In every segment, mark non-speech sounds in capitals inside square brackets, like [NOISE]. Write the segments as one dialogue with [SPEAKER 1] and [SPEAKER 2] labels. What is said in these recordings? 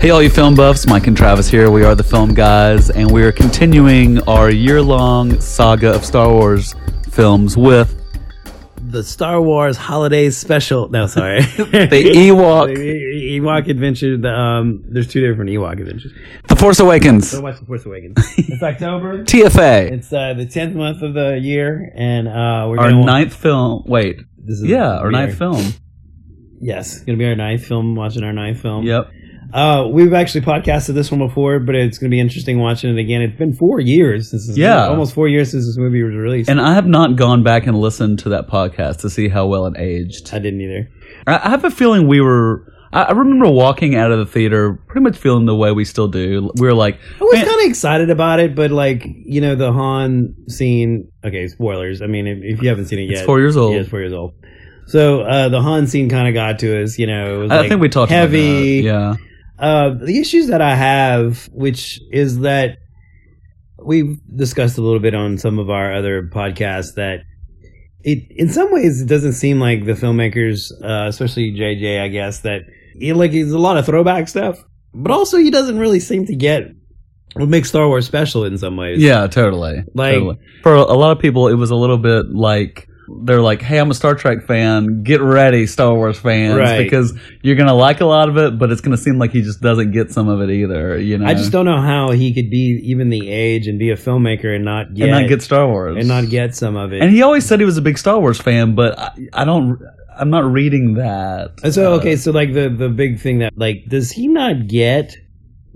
[SPEAKER 1] Hey, all you film buffs, Mike and Travis here. We are the Film Guys, and we are continuing our year long saga of Star Wars films with
[SPEAKER 2] the Star Wars Holiday Special. No,
[SPEAKER 1] [LAUGHS]
[SPEAKER 2] sorry. [LAUGHS]
[SPEAKER 1] the Ewok,
[SPEAKER 2] E- Ewok Adventure. The, um, there's two different Ewok Adventures.
[SPEAKER 1] The Force Awakens,
[SPEAKER 2] So much The Force
[SPEAKER 1] [LAUGHS]
[SPEAKER 2] Awakens. it's October.
[SPEAKER 1] TFA,
[SPEAKER 2] It's uh, the tenth month of the year, and uh, we're
[SPEAKER 1] our
[SPEAKER 2] gonna wa-
[SPEAKER 1] ninth film. Wait.
[SPEAKER 2] This is
[SPEAKER 1] Yeah, our ninth
[SPEAKER 2] weird.
[SPEAKER 1] film.
[SPEAKER 2] Yes, it's gonna be our ninth film. Watching our ninth film.
[SPEAKER 1] Yep.
[SPEAKER 2] Uh, we've actually podcasted this one before, but it's gonna be interesting watching it again. It's been four years. This is
[SPEAKER 1] Yeah.
[SPEAKER 2] almost four years since this movie was released.
[SPEAKER 1] And I have not gone back and listened to that podcast to see how well it aged.
[SPEAKER 2] I didn't either.
[SPEAKER 1] I I have a feeling we were. I I remember walking out of the theater pretty much feeling the way we still do. We were like,
[SPEAKER 2] I was
[SPEAKER 1] "Man,
[SPEAKER 2] kind of excited about it, but like you know, the Han scene. Okay, spoilers. I mean, if, if you haven't seen it yet,
[SPEAKER 1] it's four years old.
[SPEAKER 2] Yeah, it's four years old. So uh, the Han scene kind of got to us. You know, it was
[SPEAKER 1] I
[SPEAKER 2] like
[SPEAKER 1] think we talked
[SPEAKER 2] heavy.
[SPEAKER 1] about that.
[SPEAKER 2] Uh, the issues that I have, which is that we've discussed a little bit on some of our other podcasts, that it in some ways it doesn't seem like the filmmakers, uh, especially JJ, I guess that it, like it's a lot of throwback stuff, but also he doesn't really seem to get what makes Star Wars special in some ways.
[SPEAKER 1] Yeah, yeah, totally.
[SPEAKER 2] Like-
[SPEAKER 1] totally. for a lot of people, it was a little bit like they're like, "Hey, I'm a Star Trek fan. Get ready, Star Wars fans,
[SPEAKER 2] Right.
[SPEAKER 1] because you're gonna like a lot of it, but it's gonna seem like he just doesn't get some of it either." You know,
[SPEAKER 2] I just don't know how he could be even the age and be a filmmaker and not get
[SPEAKER 1] and not get Star Wars
[SPEAKER 2] and not get some of it.
[SPEAKER 1] And he always said he was a big Star Wars fan, but I, I don't. I'm not reading that.
[SPEAKER 2] And so
[SPEAKER 1] Uh,
[SPEAKER 2] okay, so like the the big thing that like does he not get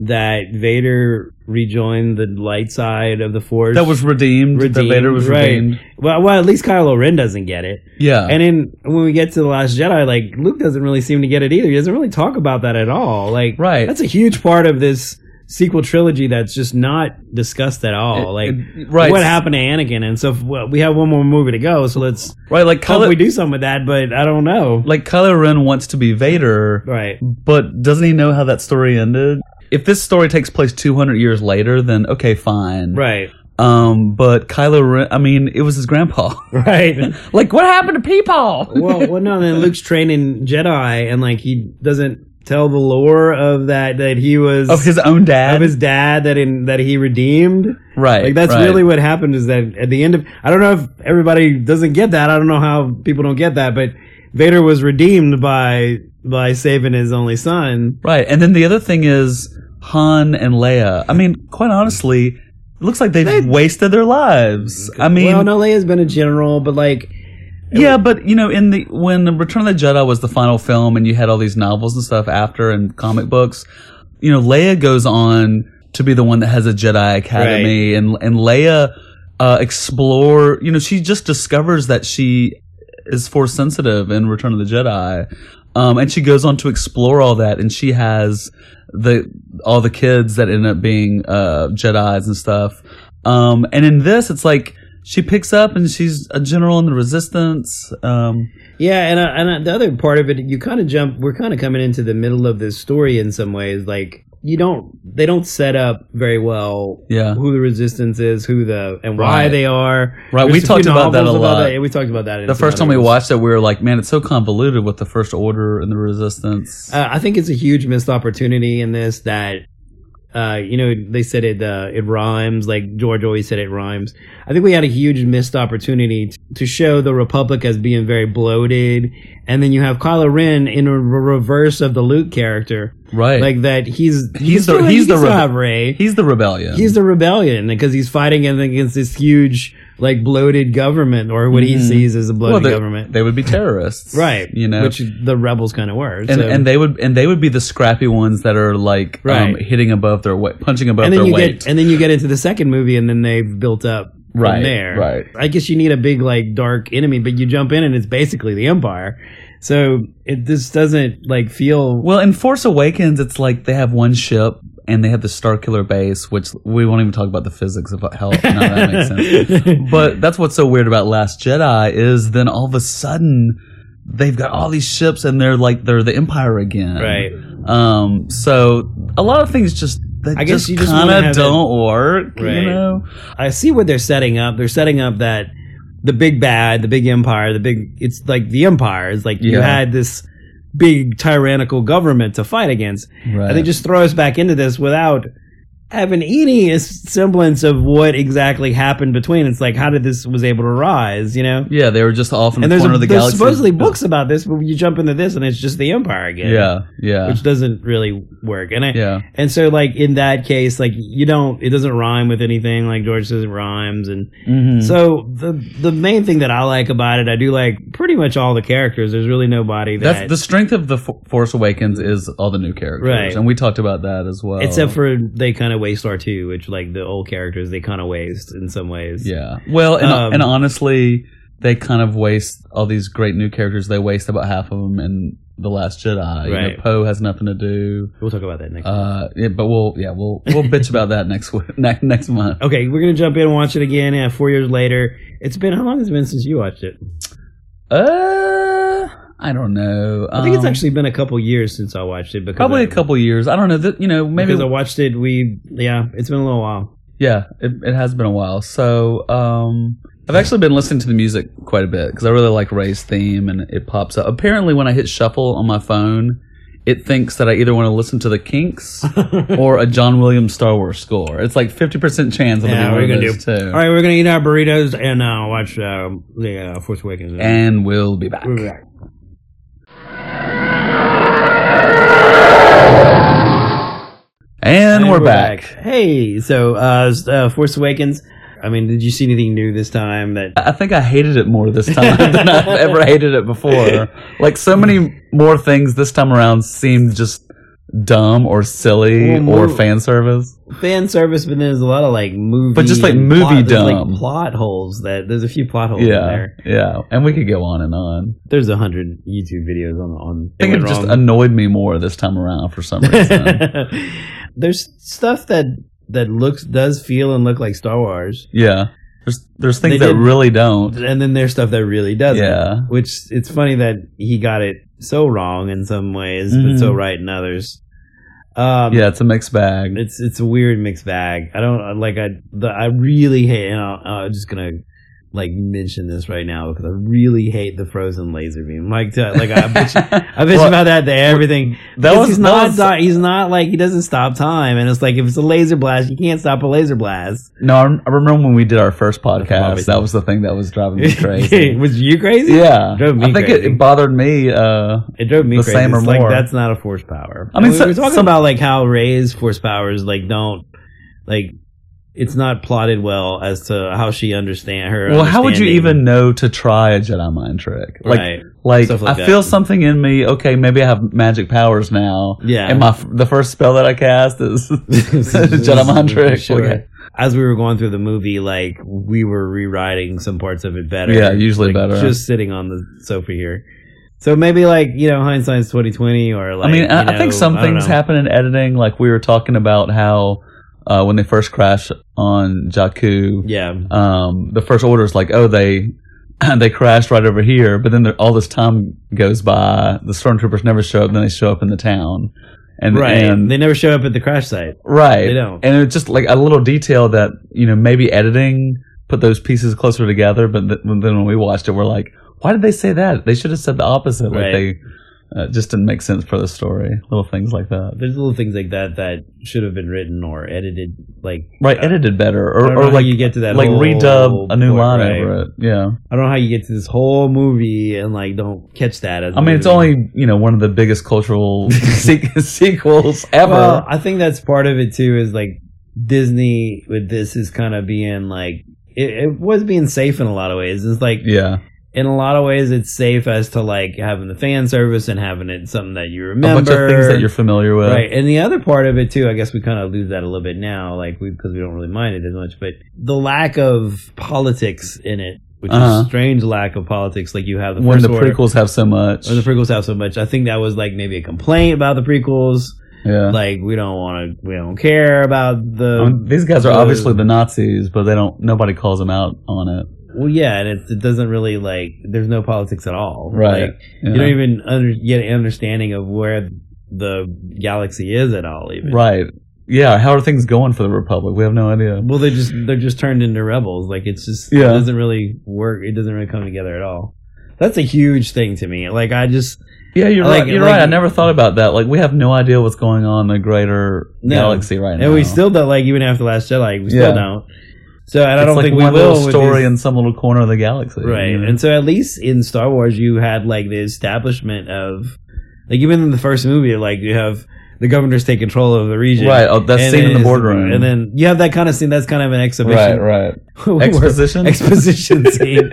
[SPEAKER 2] that Vader rejoined the light side of the Force?
[SPEAKER 1] that was redeemed. The
[SPEAKER 2] Redeemed,
[SPEAKER 1] Vader was
[SPEAKER 2] right.
[SPEAKER 1] redeemed.
[SPEAKER 2] well, well, at least Kylo Ren doesn't get it.
[SPEAKER 1] Yeah,
[SPEAKER 2] And then when we get to the Last Jedi, like Luke doesn't really seem to get it either. He doesn't really talk about that at all. Like
[SPEAKER 1] right.
[SPEAKER 2] that's a huge part of this sequel trilogy that's just not discussed at all.
[SPEAKER 1] It-
[SPEAKER 2] like
[SPEAKER 1] it- right.
[SPEAKER 2] what happened to Anakin? And so well, we have one more movie to go, so let's
[SPEAKER 1] Right, like
[SPEAKER 2] hope we
[SPEAKER 1] Kylo,
[SPEAKER 2] do something with that. But I don't know.
[SPEAKER 1] like Kylo Ren wants to be Vader,
[SPEAKER 2] Right.
[SPEAKER 1] but doesn't he know how that story ended? If this story takes place 200 years later, then okay, fine.
[SPEAKER 2] Right.
[SPEAKER 1] Um, but Kylo Ren, I mean, it was his grandpa. [LAUGHS]
[SPEAKER 2] Right.
[SPEAKER 1] like, what happened to Peepaw?
[SPEAKER 2] [LAUGHS] well, well, no. Then Luke's training Jedi, and like he doesn't tell the lore of that that he
[SPEAKER 1] [LAUGHS]
[SPEAKER 2] was
[SPEAKER 1] of his own dad,
[SPEAKER 2] of his dad that in that he redeemed.
[SPEAKER 1] right?
[SPEAKER 2] Like that's
[SPEAKER 1] right.
[SPEAKER 2] really what happened is that at the end of I don't know if everybody doesn't get that. I don't know how people don't get that, but Vader was redeemed by by saving his only son.
[SPEAKER 1] Right. And then the other thing is Han and Leia. I mean, quite honestly, it looks like they've wasted their lives. I mean,
[SPEAKER 2] well, no, Leia's been a general, but like
[SPEAKER 1] yeah, but you know, in the when Return of the Jedi was the final film and you had all these novels and stuff after and comic books, you know, Leia goes on to be the one that has a Jedi Academy and and Leia uh, explore, you know, she just discovers that she is force sensitive in Return of the Jedi. Um, and she goes on to explore all that and she has the all the kids that end up being uh Jedi's and stuff. Um and in this it's like she picks up and she's a general in the resistance. Um
[SPEAKER 2] Yeah, and uh, and uh, the other part of it, you kind of jump. We're kind of coming into the middle of this story in some ways. Like you don't, they don't set up very well.
[SPEAKER 1] Yeah.
[SPEAKER 2] who the resistance is, who the and why
[SPEAKER 1] Right.
[SPEAKER 2] they are.
[SPEAKER 1] Right, we
[SPEAKER 2] There's a few
[SPEAKER 1] talked about that
[SPEAKER 2] novels
[SPEAKER 1] a lot.
[SPEAKER 2] that. We talked about that in
[SPEAKER 1] the
[SPEAKER 2] some
[SPEAKER 1] first
[SPEAKER 2] other
[SPEAKER 1] time we
[SPEAKER 2] ones.
[SPEAKER 1] watched it we were like, man, it's so convoluted with the first order and the resistance.
[SPEAKER 2] Uh, I think it's a huge missed opportunity in this that. Uh, you know, they said it. Uh, it rhymes. Like George always said, it rhymes. I think we had a huge missed opportunity t- to show the Republic as being very bloated, and then you have Kylo Ren in a re- reverse of the Luke character,
[SPEAKER 1] right.
[SPEAKER 2] like that he's
[SPEAKER 1] He's the-
[SPEAKER 2] still-
[SPEAKER 1] he's
[SPEAKER 2] he can
[SPEAKER 1] the
[SPEAKER 2] still
[SPEAKER 1] rebe-
[SPEAKER 2] have Rey.
[SPEAKER 1] he's the rebellion.
[SPEAKER 2] He's the rebellion because he's fighting against this huge like bloated government or what he
[SPEAKER 1] Mhm.
[SPEAKER 2] sees as a bloated
[SPEAKER 1] they-
[SPEAKER 2] government,
[SPEAKER 1] They would be terrorists.
[SPEAKER 2] [LAUGHS] right?
[SPEAKER 1] You know.
[SPEAKER 2] which the rebels kind of were,
[SPEAKER 1] and,
[SPEAKER 2] so-
[SPEAKER 1] and they would and they would be the scrappy ones that are like um,
[SPEAKER 2] Right.
[SPEAKER 1] hitting above their weight, punching above
[SPEAKER 2] and then
[SPEAKER 1] their
[SPEAKER 2] you
[SPEAKER 1] weight.
[SPEAKER 2] get and then you get into the second movie and then they've built up
[SPEAKER 1] Right,
[SPEAKER 2] from there.
[SPEAKER 1] right.
[SPEAKER 2] I guess you need a big like dark enemy, but you jump in and it's basically the Empire. So it this doesn't like feel
[SPEAKER 1] Well, in Force Awakens, it's like they have one ship and they have the Star Killer base, which we won't even talk about the physics of how no, that makes
[SPEAKER 2] [LAUGHS]
[SPEAKER 1] sense. But um, that's what's so weird about Last Jedi is then all of a sudden they've got all these ships and they're like they're the Empire again.
[SPEAKER 2] right.
[SPEAKER 1] Um, so a lot of things just that
[SPEAKER 2] I guess
[SPEAKER 1] just
[SPEAKER 2] you just
[SPEAKER 1] kind
[SPEAKER 2] wanna have
[SPEAKER 1] of
[SPEAKER 2] it-
[SPEAKER 1] don't work, you
[SPEAKER 2] Right.
[SPEAKER 1] know?
[SPEAKER 2] I see what they're setting up. They're setting up that the big bad, the big empire, the big it's like the empire is like you
[SPEAKER 1] Yeah.
[SPEAKER 2] had this big tyrannical government to fight against.
[SPEAKER 1] Right.
[SPEAKER 2] And they just throw us back into this without having any semblance of what exactly happened between. It's like how did this was able to rise, you know?
[SPEAKER 1] yeah, they were just off in
[SPEAKER 2] And
[SPEAKER 1] the
[SPEAKER 2] there's,
[SPEAKER 1] corner
[SPEAKER 2] a,
[SPEAKER 1] of the
[SPEAKER 2] there's
[SPEAKER 1] galaxy.
[SPEAKER 2] supposedly books about this, but you jump into this and it's just the Empire again.
[SPEAKER 1] Yeah, yeah,
[SPEAKER 2] Which doesn't really work. And I,
[SPEAKER 1] yeah.
[SPEAKER 2] and so like in that case, like you don't it doesn't rhyme with anything, like George says it rhymes and
[SPEAKER 1] Hmm.
[SPEAKER 2] so the the main thing that I like about it, I do like pretty much all the characters. There's really nobody that
[SPEAKER 1] That's the strength of the Fo- Force Awakens is all the new characters,
[SPEAKER 2] Right.
[SPEAKER 1] and we talked about that as well.
[SPEAKER 2] except for they kind of waste R two, which like the old characters they kind of waste in some ways.
[SPEAKER 1] yeah, well, and,
[SPEAKER 2] Um,
[SPEAKER 1] and honestly, they kind of waste all these great new characters. They waste about half of them in the Last Jedi. You know,
[SPEAKER 2] Right.
[SPEAKER 1] Poe has nothing to do.
[SPEAKER 2] We'll talk about that next.
[SPEAKER 1] Uh, yeah, but we'll yeah we'll we'll bitch about that next week, ne- [LAUGHS] next
[SPEAKER 2] [LAUGHS]
[SPEAKER 1] month.
[SPEAKER 2] okay, we're gonna jump in and watch it again. Yeah, four years later. It's been how long has it been since you watched it?
[SPEAKER 1] Uh, I don't know.
[SPEAKER 2] I think it's
[SPEAKER 1] Um,
[SPEAKER 2] actually been a couple years since I watched it because
[SPEAKER 1] probably
[SPEAKER 2] I,
[SPEAKER 1] a couple years. I don't know. That you know maybe
[SPEAKER 2] because I watched it. We yeah, it's been a little while.
[SPEAKER 1] yeah it, it has been a while. So um, I've actually been listening to the music quite a bit because I really like Ray's theme and it pops up. Apparently, when I hit shuffle on my phone, it thinks that I either want to listen to the
[SPEAKER 2] [LAUGHS]
[SPEAKER 1] Kinks or a John Williams Star Wars score. It's like fifty percent chance I'm
[SPEAKER 2] Yeah,
[SPEAKER 1] gonna
[SPEAKER 2] what are
[SPEAKER 1] do
[SPEAKER 2] you
[SPEAKER 1] one
[SPEAKER 2] gonna
[SPEAKER 1] of those
[SPEAKER 2] do?
[SPEAKER 1] too.
[SPEAKER 2] All right, we're gonna eat our burritos and uh, watch uh, the uh, Force Awakens.
[SPEAKER 1] And we'll be back.
[SPEAKER 2] We'll be back.
[SPEAKER 1] And, we're, back.
[SPEAKER 2] Hey, so uh, s- uh, Force Awakens. I mean, did you see anything new this time? That
[SPEAKER 1] I think I hated it more this
[SPEAKER 2] [LAUGHS]
[SPEAKER 1] time than I've ever hated it before. Like so many more things this time around seemed just dumb or silly
[SPEAKER 2] Well,
[SPEAKER 1] or
[SPEAKER 2] mo-
[SPEAKER 1] fan service.
[SPEAKER 2] fan service, but then there's a lot of like movie,
[SPEAKER 1] But just, like,
[SPEAKER 2] and
[SPEAKER 1] movie
[SPEAKER 2] plot, there's, like,
[SPEAKER 1] dumb.
[SPEAKER 2] plot holes. That there's a few plot holes in
[SPEAKER 1] Yeah,
[SPEAKER 2] there.
[SPEAKER 1] yeah, and we could go on and on.
[SPEAKER 2] There's a hundred YouTube videos on on.
[SPEAKER 1] I think it just annoyed me more this time around for
[SPEAKER 2] [LAUGHS]
[SPEAKER 1] some reason.
[SPEAKER 2] there's stuff that that looks does feel and look like Star Wars,
[SPEAKER 1] yeah, there's there's things
[SPEAKER 2] They
[SPEAKER 1] that
[SPEAKER 2] did-
[SPEAKER 1] really don't.
[SPEAKER 2] and then there's stuff that really doesn't.
[SPEAKER 1] Yeah,
[SPEAKER 2] Which it's funny that he got it so wrong in some ways,
[SPEAKER 1] Mhm.
[SPEAKER 2] but so right in others. Um,
[SPEAKER 1] yeah, it's a mixed [LAUGHS] bag.
[SPEAKER 2] It's it's a weird mixed bag. I don't like I the I really hate. And i I'm just gonna like mention this right now because I really hate the frozen laser beam. Like to, like
[SPEAKER 1] [LAUGHS]
[SPEAKER 2] I bitch, I bitch
[SPEAKER 1] Well,
[SPEAKER 2] about that. The everything
[SPEAKER 1] that
[SPEAKER 2] 'Cause
[SPEAKER 1] was
[SPEAKER 2] he's
[SPEAKER 1] that
[SPEAKER 2] not
[SPEAKER 1] was-
[SPEAKER 2] di- he's not like he doesn't stop time. And it's like if it's a laser blast, you can't stop a laser blast.
[SPEAKER 1] no. I rem- I remember when we did our first
[SPEAKER 2] probably-
[SPEAKER 1] podcast. That was the thing that was driving
[SPEAKER 2] [LAUGHS]
[SPEAKER 1] me crazy.
[SPEAKER 2] Was you crazy?
[SPEAKER 1] yeah,
[SPEAKER 2] It drove me
[SPEAKER 1] I think it,
[SPEAKER 2] crazy.
[SPEAKER 1] it bothered me. Uh,
[SPEAKER 2] It drove me
[SPEAKER 1] The
[SPEAKER 2] crazy.
[SPEAKER 1] same or
[SPEAKER 2] It's
[SPEAKER 1] more.
[SPEAKER 2] Like, that's not a force power.
[SPEAKER 1] I mean,
[SPEAKER 2] we
[SPEAKER 1] so-
[SPEAKER 2] were talking
[SPEAKER 1] some-
[SPEAKER 2] about like how Ray's force powers like don't like it's not plotted well as to how she understand her.
[SPEAKER 1] Well, how would you
[SPEAKER 2] understanding.
[SPEAKER 1] even know to try a Jedi mind trick? Like, [LAUGHS]
[SPEAKER 2] right?
[SPEAKER 1] like,
[SPEAKER 2] Stuff
[SPEAKER 1] I
[SPEAKER 2] like that.
[SPEAKER 1] feel something in me. Okay, maybe I have magic powers now.
[SPEAKER 2] Yeah.
[SPEAKER 1] And my f- the first spell that I cast
[SPEAKER 2] [LAUGHS]
[SPEAKER 1] is Jedi mind trick.
[SPEAKER 2] Sure.
[SPEAKER 1] Okay.
[SPEAKER 2] As we were going through the movie, like we were rewriting some parts of it better.
[SPEAKER 1] Yeah, usually
[SPEAKER 2] Like,
[SPEAKER 1] better.
[SPEAKER 2] Just sitting on the sofa here. So maybe like you know hindsight's twenty twenty or like
[SPEAKER 1] I mean,
[SPEAKER 2] you
[SPEAKER 1] I, I think
[SPEAKER 2] know,
[SPEAKER 1] some
[SPEAKER 2] I don't
[SPEAKER 1] things
[SPEAKER 2] know.
[SPEAKER 1] happen in editing. Like we were talking about how uh, when they first crash on Jakku,
[SPEAKER 2] Yeah,
[SPEAKER 1] um, the first order is like, oh, they [CLEARS THROAT] they crashed right over here, but then there, all this time goes by. The stormtroopers never show up. Then they show up in the town, and
[SPEAKER 2] right.
[SPEAKER 1] and
[SPEAKER 2] they never show up at the crash site.
[SPEAKER 1] Right.
[SPEAKER 2] They don't.
[SPEAKER 1] And it's just like a little detail that, you know, maybe editing put those pieces closer together, but th- then when we watched it, we're like, why did they say that? They should have said the opposite. Like
[SPEAKER 2] Right.
[SPEAKER 1] they uh, just didn't make sense for the story. Little things like that.
[SPEAKER 2] There's little things like that that should have been written or edited. Like,
[SPEAKER 1] Right. edited better.
[SPEAKER 2] I
[SPEAKER 1] Or,
[SPEAKER 2] don't know
[SPEAKER 1] or
[SPEAKER 2] how
[SPEAKER 1] like,
[SPEAKER 2] you get to that
[SPEAKER 1] like
[SPEAKER 2] whole
[SPEAKER 1] redub a new
[SPEAKER 2] point,
[SPEAKER 1] line
[SPEAKER 2] right?
[SPEAKER 1] over it. Yeah.
[SPEAKER 2] I don't know how you get to this whole movie and like don't catch that. As a
[SPEAKER 1] I mean, it's
[SPEAKER 2] movie.
[SPEAKER 1] only, you know, one of the biggest
[SPEAKER 2] [LAUGHS]
[SPEAKER 1] cultural se- sequels ever.
[SPEAKER 2] Well, I think that's part of it too. Is like Disney with this is kind of being like it, it was being safe in a lot of ways. It's like
[SPEAKER 1] yeah.
[SPEAKER 2] in a lot of ways it's safe as to like having the fan service and having it something that you
[SPEAKER 1] A
[SPEAKER 2] remember.
[SPEAKER 1] bunch of things that you're familiar with.
[SPEAKER 2] Right, and the other part of it too, I guess we kind of lose that a little bit now, like we because we don't really mind it as much. But the lack of politics in it, which is
[SPEAKER 1] Uh-huh.
[SPEAKER 2] a strange lack of politics, like you have the
[SPEAKER 1] When
[SPEAKER 2] first
[SPEAKER 1] the
[SPEAKER 2] order,
[SPEAKER 1] prequels have so much.
[SPEAKER 2] when the prequels have so much. I think that was like maybe a complaint about the prequels,
[SPEAKER 1] yeah.
[SPEAKER 2] like we don't want to, we don't care about the.
[SPEAKER 1] I mean, Um, these guys are
[SPEAKER 2] the-
[SPEAKER 1] obviously the Nazis, but they don't. Nobody calls them out on it.
[SPEAKER 2] well, yeah, and it, it doesn't really like there's no politics at all,
[SPEAKER 1] Right.
[SPEAKER 2] Like, You don't even under, get an understanding of where the galaxy is at all, even.
[SPEAKER 1] right? Yeah. How are things going for the Republic? We have no idea.
[SPEAKER 2] Well, they just they're just turned into rebels. Like it's just
[SPEAKER 1] Yeah.
[SPEAKER 2] it doesn't really work. It doesn't really come together at all. That's a huge thing to me. Like I just
[SPEAKER 1] Yeah, you're
[SPEAKER 2] I like
[SPEAKER 1] right.
[SPEAKER 2] it,
[SPEAKER 1] You're
[SPEAKER 2] like-
[SPEAKER 1] right. I never thought about that. Like, we have no idea what's going on in the greater
[SPEAKER 2] No.
[SPEAKER 1] galaxy right now.
[SPEAKER 2] And we still don't like even after Last Jedi, we
[SPEAKER 1] Yeah.
[SPEAKER 2] still don't. So and I
[SPEAKER 1] It's
[SPEAKER 2] don't
[SPEAKER 1] like
[SPEAKER 2] think
[SPEAKER 1] one
[SPEAKER 2] we will.
[SPEAKER 1] little
[SPEAKER 2] with
[SPEAKER 1] story
[SPEAKER 2] these-
[SPEAKER 1] in some little corner of the galaxy.
[SPEAKER 2] right,
[SPEAKER 1] you know?
[SPEAKER 2] and so at least in Star Wars, you had like the establishment of, like even in the first movie, like you have the governors take control of the region.
[SPEAKER 1] right. Oh, that's
[SPEAKER 2] And
[SPEAKER 1] seen
[SPEAKER 2] then
[SPEAKER 1] in the
[SPEAKER 2] it's-
[SPEAKER 1] boardroom.
[SPEAKER 2] and then you have that kind of scene. That's kind of an
[SPEAKER 1] right,
[SPEAKER 2] exhibition, [LAUGHS]
[SPEAKER 1] right.
[SPEAKER 2] where-
[SPEAKER 1] Exposition.
[SPEAKER 2] [LAUGHS] exposition
[SPEAKER 1] [LAUGHS]
[SPEAKER 2] scene.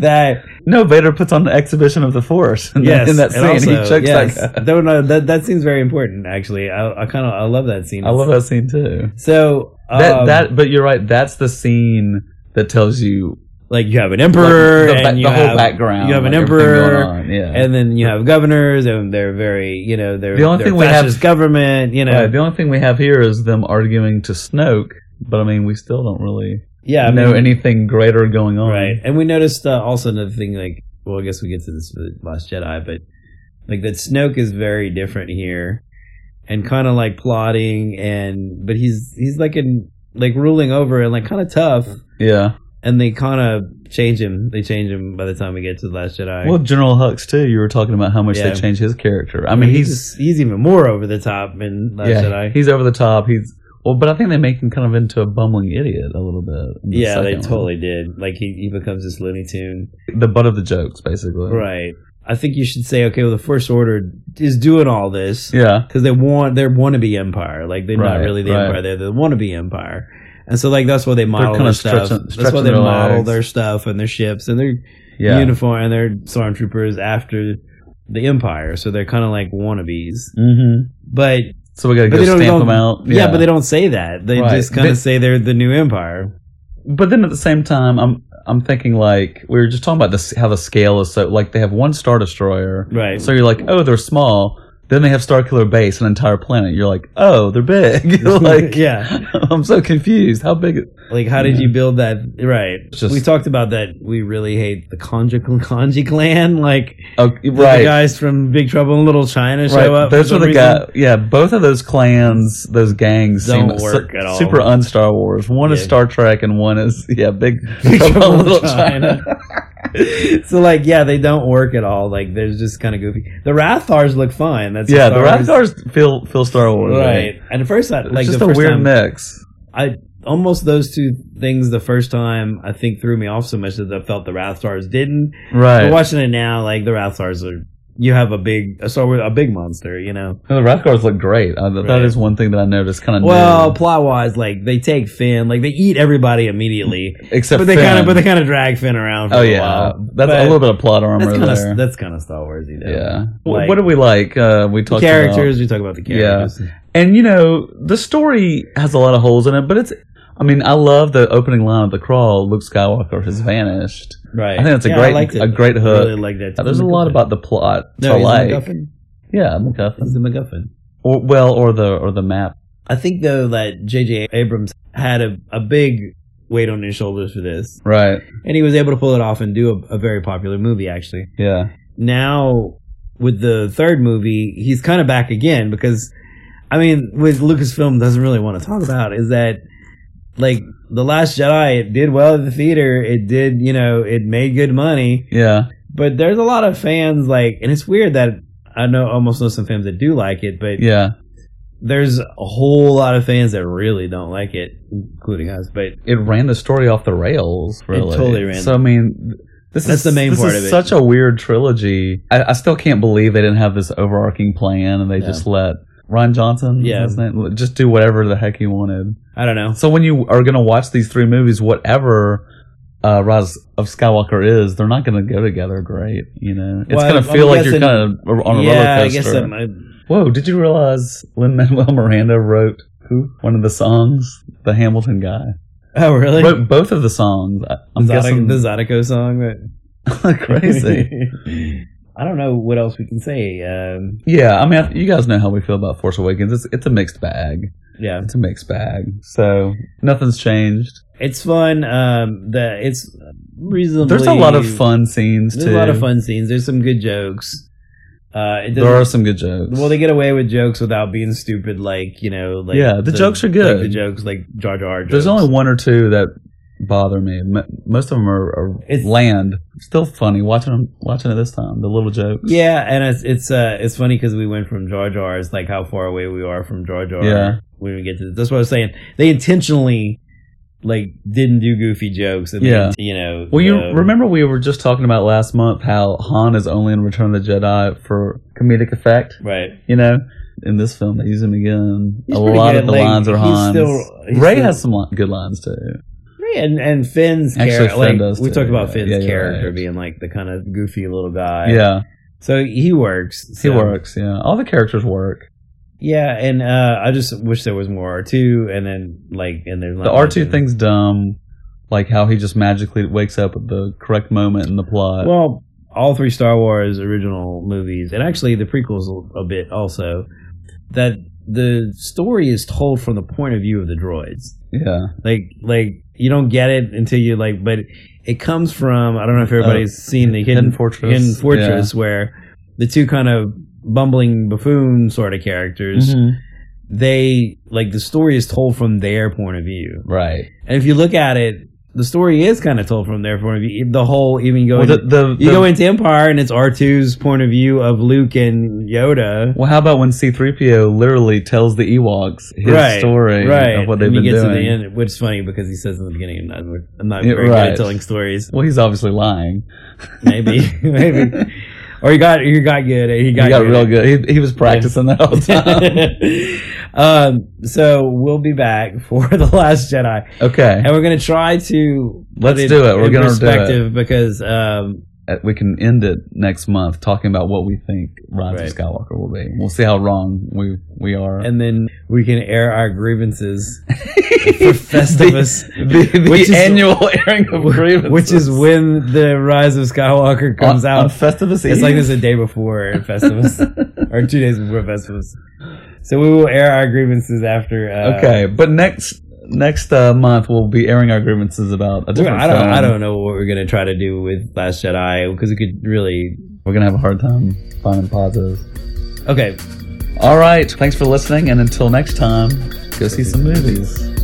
[SPEAKER 2] that
[SPEAKER 1] no, Vader puts on the exhibition of the Force [LAUGHS] in,
[SPEAKER 2] yes,
[SPEAKER 1] that, in that scene.
[SPEAKER 2] and
[SPEAKER 1] he
[SPEAKER 2] also-
[SPEAKER 1] chokes
[SPEAKER 2] yes,
[SPEAKER 1] that guy.
[SPEAKER 2] though, no, that that seems very important. Actually, I, I kind of I love that scene.
[SPEAKER 1] I love that scene too.
[SPEAKER 2] so
[SPEAKER 1] That
[SPEAKER 2] um,
[SPEAKER 1] that, but you're right. That's the scene that tells you
[SPEAKER 2] like you have an emperor
[SPEAKER 1] like, the, ba-
[SPEAKER 2] and you
[SPEAKER 1] the whole
[SPEAKER 2] have,
[SPEAKER 1] background.
[SPEAKER 2] you have an
[SPEAKER 1] like, everything
[SPEAKER 2] emperor,
[SPEAKER 1] going on, Yeah.
[SPEAKER 2] and then you have governors and they're very you know they're
[SPEAKER 1] The only
[SPEAKER 2] they're
[SPEAKER 1] thing we have-
[SPEAKER 2] fascist government you know
[SPEAKER 1] Right, the only thing we have here is them arguing to Snoke, but I mean, we still don't really
[SPEAKER 2] yeah I
[SPEAKER 1] know
[SPEAKER 2] mean,
[SPEAKER 1] anything greater going on.
[SPEAKER 2] right and we noticed uh, also another thing like well I guess we get to this with Last Jedi but like that Snoke is very different here and kind of like plotting and but he's he's like in like ruling over and like kind of tough
[SPEAKER 1] Yeah.
[SPEAKER 2] and they kind of change him they change him by the time we get to the Last Jedi
[SPEAKER 1] Well, General Hux too. You were talking about how much
[SPEAKER 2] Yeah.
[SPEAKER 1] they changed his character. I mean,
[SPEAKER 2] he's
[SPEAKER 1] he's
[SPEAKER 2] just- he's even more over the top in Last
[SPEAKER 1] yeah,
[SPEAKER 2] Jedi.
[SPEAKER 1] he's over the top. He's well, but I think they make him kind of into a bumbling idiot a little bit. in the
[SPEAKER 2] yeah, they
[SPEAKER 1] second one.
[SPEAKER 2] totally did. Like he, he becomes this Looney Tune,
[SPEAKER 1] the butt of the jokes, basically.
[SPEAKER 2] right? I think you should say, okay, well, the First Order is doing all this
[SPEAKER 1] Yeah.
[SPEAKER 2] because they want they're wannabe empire. Like they're not
[SPEAKER 1] Right,
[SPEAKER 2] really the
[SPEAKER 1] right.
[SPEAKER 2] empire; they're the wannabe empire. And so, like that's why they model
[SPEAKER 1] kinda
[SPEAKER 2] their stuff.
[SPEAKER 1] stretching-
[SPEAKER 2] that's why
[SPEAKER 1] stretching
[SPEAKER 2] they
[SPEAKER 1] their
[SPEAKER 2] model
[SPEAKER 1] legs.
[SPEAKER 2] their stuff and their ships and their
[SPEAKER 1] Yeah.
[SPEAKER 2] uniform and their stormtroopers after the empire. So they're kind of like wannabes,
[SPEAKER 1] mm-hmm.
[SPEAKER 2] but
[SPEAKER 1] So we got to
[SPEAKER 2] But
[SPEAKER 1] go
[SPEAKER 2] they don't-
[SPEAKER 1] stamp
[SPEAKER 2] don't-
[SPEAKER 1] him out.
[SPEAKER 2] yeah. but they don't say that. They
[SPEAKER 1] Right.
[SPEAKER 2] just kind
[SPEAKER 1] They-
[SPEAKER 2] of say they're the new empire.
[SPEAKER 1] but then at the same time, I'm I'm thinking like we were just talking about this how the scale is so like they have one star destroyer,
[SPEAKER 2] Right.
[SPEAKER 1] So you're like, oh, they're small. Then they have Star Killer Base, an entire planet. You're like, oh, they're big. [LAUGHS] You're like,
[SPEAKER 2] Yeah.
[SPEAKER 1] I'm so confused. How big?
[SPEAKER 2] Like, how did
[SPEAKER 1] Yeah.
[SPEAKER 2] you build that? Right.
[SPEAKER 1] Just-
[SPEAKER 2] we talked about that. We really hate the [LAUGHS] Kanji, Kanji clan. Like,
[SPEAKER 1] Oh,
[SPEAKER 2] the
[SPEAKER 1] right,
[SPEAKER 2] guys from Big Trouble in Little China show
[SPEAKER 1] right.
[SPEAKER 2] up.
[SPEAKER 1] Those
[SPEAKER 2] for
[SPEAKER 1] are
[SPEAKER 2] some
[SPEAKER 1] the
[SPEAKER 2] reason.
[SPEAKER 1] guys. Yeah, both of those clans, those gangs,
[SPEAKER 2] Don't
[SPEAKER 1] seem
[SPEAKER 2] work at all.
[SPEAKER 1] super un Star Wars. One is
[SPEAKER 2] Yeah.
[SPEAKER 1] Star Trek, and one is yeah, big,
[SPEAKER 2] [LAUGHS]
[SPEAKER 1] [LAUGHS]
[SPEAKER 2] Big
[SPEAKER 1] Trouble in
[SPEAKER 2] Trouble in
[SPEAKER 1] Little
[SPEAKER 2] China.
[SPEAKER 1] China.
[SPEAKER 2] [LAUGHS] So, like, yeah, they don't work at all. Like, they're just kind of goofy. The Rathars look fine. That's
[SPEAKER 1] yeah, the
[SPEAKER 2] Star Wars-
[SPEAKER 1] Raptors feel feel Star Wars.
[SPEAKER 2] Right. And at first, I,
[SPEAKER 1] It's
[SPEAKER 2] like,
[SPEAKER 1] just
[SPEAKER 2] the
[SPEAKER 1] a
[SPEAKER 2] first
[SPEAKER 1] weird
[SPEAKER 2] time,
[SPEAKER 1] mix.
[SPEAKER 2] I almost those two things the first time I think threw me off so much that I felt the Rathars didn't.
[SPEAKER 1] Right.
[SPEAKER 2] But watching it now, like, the Rathars are. You have a big, a Star Wars, a big monster, you know.
[SPEAKER 1] No, the Wrath guards look great. I, th- That
[SPEAKER 2] Right.
[SPEAKER 1] is one thing that I noticed kind of
[SPEAKER 2] Well, plot wise, like they take Finn, like they eat
[SPEAKER 1] [LAUGHS]
[SPEAKER 2] everybody immediately,
[SPEAKER 1] except
[SPEAKER 2] but they kind
[SPEAKER 1] Finn.
[SPEAKER 2] of but they kind of drag Finn around. For
[SPEAKER 1] oh
[SPEAKER 2] a
[SPEAKER 1] yeah,
[SPEAKER 2] while.
[SPEAKER 1] that's
[SPEAKER 2] But
[SPEAKER 1] a little bit of plot armor
[SPEAKER 2] That's kind
[SPEAKER 1] there.
[SPEAKER 2] of that's kind of Star Warsy though.
[SPEAKER 1] yeah.
[SPEAKER 2] Like-
[SPEAKER 1] what do we like? Uh, we
[SPEAKER 2] The
[SPEAKER 1] talked
[SPEAKER 2] characters. We talk about the characters.
[SPEAKER 1] about, and you know, the story has a lot of holes in it, but it's. I mean, I love the opening line of the crawl. Luke Skywalker has vanished.
[SPEAKER 2] Right.
[SPEAKER 1] I think that's a
[SPEAKER 2] Yeah,
[SPEAKER 1] great-
[SPEAKER 2] I liked it.
[SPEAKER 1] a great
[SPEAKER 2] I
[SPEAKER 1] hook.
[SPEAKER 2] really like that.
[SPEAKER 1] Now, there's a lot about the plot
[SPEAKER 2] no,
[SPEAKER 1] to
[SPEAKER 2] he's
[SPEAKER 1] like.
[SPEAKER 2] a MacGuffin.
[SPEAKER 1] Yeah, MacGuffin.
[SPEAKER 2] He's a MacGuffin.
[SPEAKER 1] Or well, or the or the map.
[SPEAKER 2] I think though that J.J. Abrams had a, a big weight on his shoulders for this,
[SPEAKER 1] Right.
[SPEAKER 2] and he was able to pull it off and do a, a very popular movie actually.
[SPEAKER 1] Yeah.
[SPEAKER 2] now with the third movie, he's kind of back again because, I mean, what Lucasfilm doesn't really want to talk about is that, like, The Last Jedi, it did well at the theater. It did, you know, it made good money.
[SPEAKER 1] Yeah.
[SPEAKER 2] But there's a lot of fans, like, and it's weird that I know almost know some fans that do like it, but
[SPEAKER 1] Yeah.
[SPEAKER 2] there's a whole lot of fans that really don't like it, including us. But
[SPEAKER 1] it ran the story off the rails. Really,
[SPEAKER 2] totally ran-
[SPEAKER 1] So I mean, this
[SPEAKER 2] That's
[SPEAKER 1] is
[SPEAKER 2] the main
[SPEAKER 1] this
[SPEAKER 2] part
[SPEAKER 1] is
[SPEAKER 2] of it.
[SPEAKER 1] Such a weird trilogy. I, I still can't believe they didn't have this overarching plan and they
[SPEAKER 2] Yeah.
[SPEAKER 1] just let Ryan Johnson, is
[SPEAKER 2] Yeah.
[SPEAKER 1] his name, just do whatever the heck he wanted.
[SPEAKER 2] I don't know.
[SPEAKER 1] So when you are going to watch these three movies, whatever. Uh, Rise of Skywalker is they're not going to go together great, you know. It's
[SPEAKER 2] Well,
[SPEAKER 1] going
[SPEAKER 2] I'm-
[SPEAKER 1] to feel
[SPEAKER 2] I'm
[SPEAKER 1] like you're
[SPEAKER 2] guessing-
[SPEAKER 1] kind of on a
[SPEAKER 2] yeah,
[SPEAKER 1] roller
[SPEAKER 2] I guess
[SPEAKER 1] coaster.
[SPEAKER 2] I'm, I,
[SPEAKER 1] Whoa! Did you realize Lin Manuel [LAUGHS] Miranda wrote who one of the songs, the Hamilton guy?
[SPEAKER 2] oh really?
[SPEAKER 1] wrote both of the songs. I- I'm
[SPEAKER 2] the, Zodiac-
[SPEAKER 1] guessing
[SPEAKER 2] the Zodiaco song that
[SPEAKER 1] [LAUGHS] crazy.
[SPEAKER 2] [LAUGHS] I don't know what else we can say. Um,
[SPEAKER 1] Yeah, I mean, I- you guys know how we feel about Force Awakens. It's it's a mixed bag.
[SPEAKER 2] yeah,
[SPEAKER 1] It's a mixed bag. So nothing's changed.
[SPEAKER 2] it's fun. Um, the it's reasonably.
[SPEAKER 1] There's a lot of fun scenes
[SPEAKER 2] There's
[SPEAKER 1] too.
[SPEAKER 2] a lot of fun scenes. There's some good jokes. Uh, it
[SPEAKER 1] There are
[SPEAKER 2] doesn't.
[SPEAKER 1] some good jokes.
[SPEAKER 2] Well, they get away with jokes without being stupid. Like you know, like
[SPEAKER 1] Yeah, the jokes are good.
[SPEAKER 2] Like the jokes like Jar Jar. Jokes.
[SPEAKER 1] There's only one or two that bother me. M- Most of them are, are
[SPEAKER 2] It's-
[SPEAKER 1] land. Still funny watching 'em- watching it this time. The little jokes.
[SPEAKER 2] Yeah, and it's it's uh it's funny because we went from Jar Jar. It's like how far away we are from Jar Jar.
[SPEAKER 1] Yeah.
[SPEAKER 2] when we get to that's what I was saying. They intentionally like didn't do goofy jokes. And
[SPEAKER 1] Yeah.
[SPEAKER 2] they, you know.
[SPEAKER 1] Well, you
[SPEAKER 2] um,
[SPEAKER 1] remember we were just talking about last month how Han is only in Return of the Jedi for comedic effect.
[SPEAKER 2] right?
[SPEAKER 1] You know, in this film they use him again.
[SPEAKER 2] He's
[SPEAKER 1] a
[SPEAKER 2] pretty
[SPEAKER 1] lot
[SPEAKER 2] good,
[SPEAKER 1] of the
[SPEAKER 2] like,
[SPEAKER 1] lines are
[SPEAKER 2] he's
[SPEAKER 1] Han's.
[SPEAKER 2] still- he's
[SPEAKER 1] Ray
[SPEAKER 2] still-
[SPEAKER 1] has some li- good lines too.
[SPEAKER 2] And and Finn's
[SPEAKER 1] Actually,
[SPEAKER 2] character,
[SPEAKER 1] Finn
[SPEAKER 2] like
[SPEAKER 1] does
[SPEAKER 2] we
[SPEAKER 1] too,
[SPEAKER 2] talked about
[SPEAKER 1] yeah.
[SPEAKER 2] Finn's
[SPEAKER 1] Yeah, you're
[SPEAKER 2] character
[SPEAKER 1] right.
[SPEAKER 2] being like the kind of goofy little guy.
[SPEAKER 1] yeah,
[SPEAKER 2] so he works.
[SPEAKER 1] he
[SPEAKER 2] so-
[SPEAKER 1] works. Yeah, all the characters work.
[SPEAKER 2] Yeah, and uh, I just wish there was more R two, and then like and there's
[SPEAKER 1] The R two thing's dumb, like how he just magically wakes up at the correct moment in the plot.
[SPEAKER 2] Well, all three Star Wars original movies, and actually the prequels a- a bit also, that the story is told from the point of view of the droids.
[SPEAKER 1] yeah,
[SPEAKER 2] Like, like you don't get it until you like, but it comes from. I don't know if everybody's seen the
[SPEAKER 1] Uh,
[SPEAKER 2] Hidden,
[SPEAKER 1] Hidden Fortress.
[SPEAKER 2] Hidden Fortress, where the two kind of bumbling buffoon sort of characters.
[SPEAKER 1] Mm-hmm.
[SPEAKER 2] They like the story is told from their point of view,
[SPEAKER 1] right.
[SPEAKER 2] and if you look at it, the story is kind of told from their point of view. The whole even
[SPEAKER 1] Well,
[SPEAKER 2] going
[SPEAKER 1] the, the,
[SPEAKER 2] you
[SPEAKER 1] the-
[SPEAKER 2] go into Empire and it's R2's point of view of Luke and Yoda.
[SPEAKER 1] well, how about when C three PO literally tells the Ewoks his
[SPEAKER 2] Right,
[SPEAKER 1] story
[SPEAKER 2] Right.
[SPEAKER 1] of what they've
[SPEAKER 2] and
[SPEAKER 1] been
[SPEAKER 2] you get to the
[SPEAKER 1] doing?
[SPEAKER 2] end, which is funny because he says in the beginning, I'm not, I'm not
[SPEAKER 1] Yeah,
[SPEAKER 2] very good
[SPEAKER 1] right.
[SPEAKER 2] at telling stories.
[SPEAKER 1] Well, he's obviously lying.
[SPEAKER 2] Maybe. [LAUGHS] maybe. Or he got, he got good. He got,
[SPEAKER 1] he got
[SPEAKER 2] good.
[SPEAKER 1] real good. He, he was practicing that
[SPEAKER 2] [LAUGHS]
[SPEAKER 1] all the
[SPEAKER 2] um, so we'll be back [LAUGHS] for The Last Jedi.
[SPEAKER 1] time. okay,
[SPEAKER 2] And we're going to try to.
[SPEAKER 1] Let's
[SPEAKER 2] put
[SPEAKER 1] do it. We're
[SPEAKER 2] in
[SPEAKER 1] gonna do it.
[SPEAKER 2] perspective because um,
[SPEAKER 1] Uh, we can end it next month talking about what we think Rise
[SPEAKER 2] Right.
[SPEAKER 1] of Skywalker will be. We'll see how wrong we we are.
[SPEAKER 2] and then we can air our grievances [LAUGHS]
[SPEAKER 1] [LAUGHS]
[SPEAKER 2] for Festivus.
[SPEAKER 1] the, the, the
[SPEAKER 2] Which is-
[SPEAKER 1] annual [LAUGHS] airing of grievances, Uh,
[SPEAKER 2] Which is when the Rise of Skywalker comes
[SPEAKER 1] on,
[SPEAKER 2] out.
[SPEAKER 1] on Festivus
[SPEAKER 2] it's
[SPEAKER 1] Eve?
[SPEAKER 2] like
[SPEAKER 1] [LAUGHS]
[SPEAKER 2] this a day before Festivus, or two days before Festivus. So we will air our grievances after. Uh,
[SPEAKER 1] Okay, but next next uh, month we'll be airing our grievances about a
[SPEAKER 2] we-
[SPEAKER 1] different
[SPEAKER 2] I don't.
[SPEAKER 1] film.
[SPEAKER 2] I don't know what we're gonna try to do with Last Jedi because we could really.
[SPEAKER 1] We're gonna have a hard time finding positives.
[SPEAKER 2] Okay,
[SPEAKER 1] All right, thanks for listening, and until next time, go see some movies.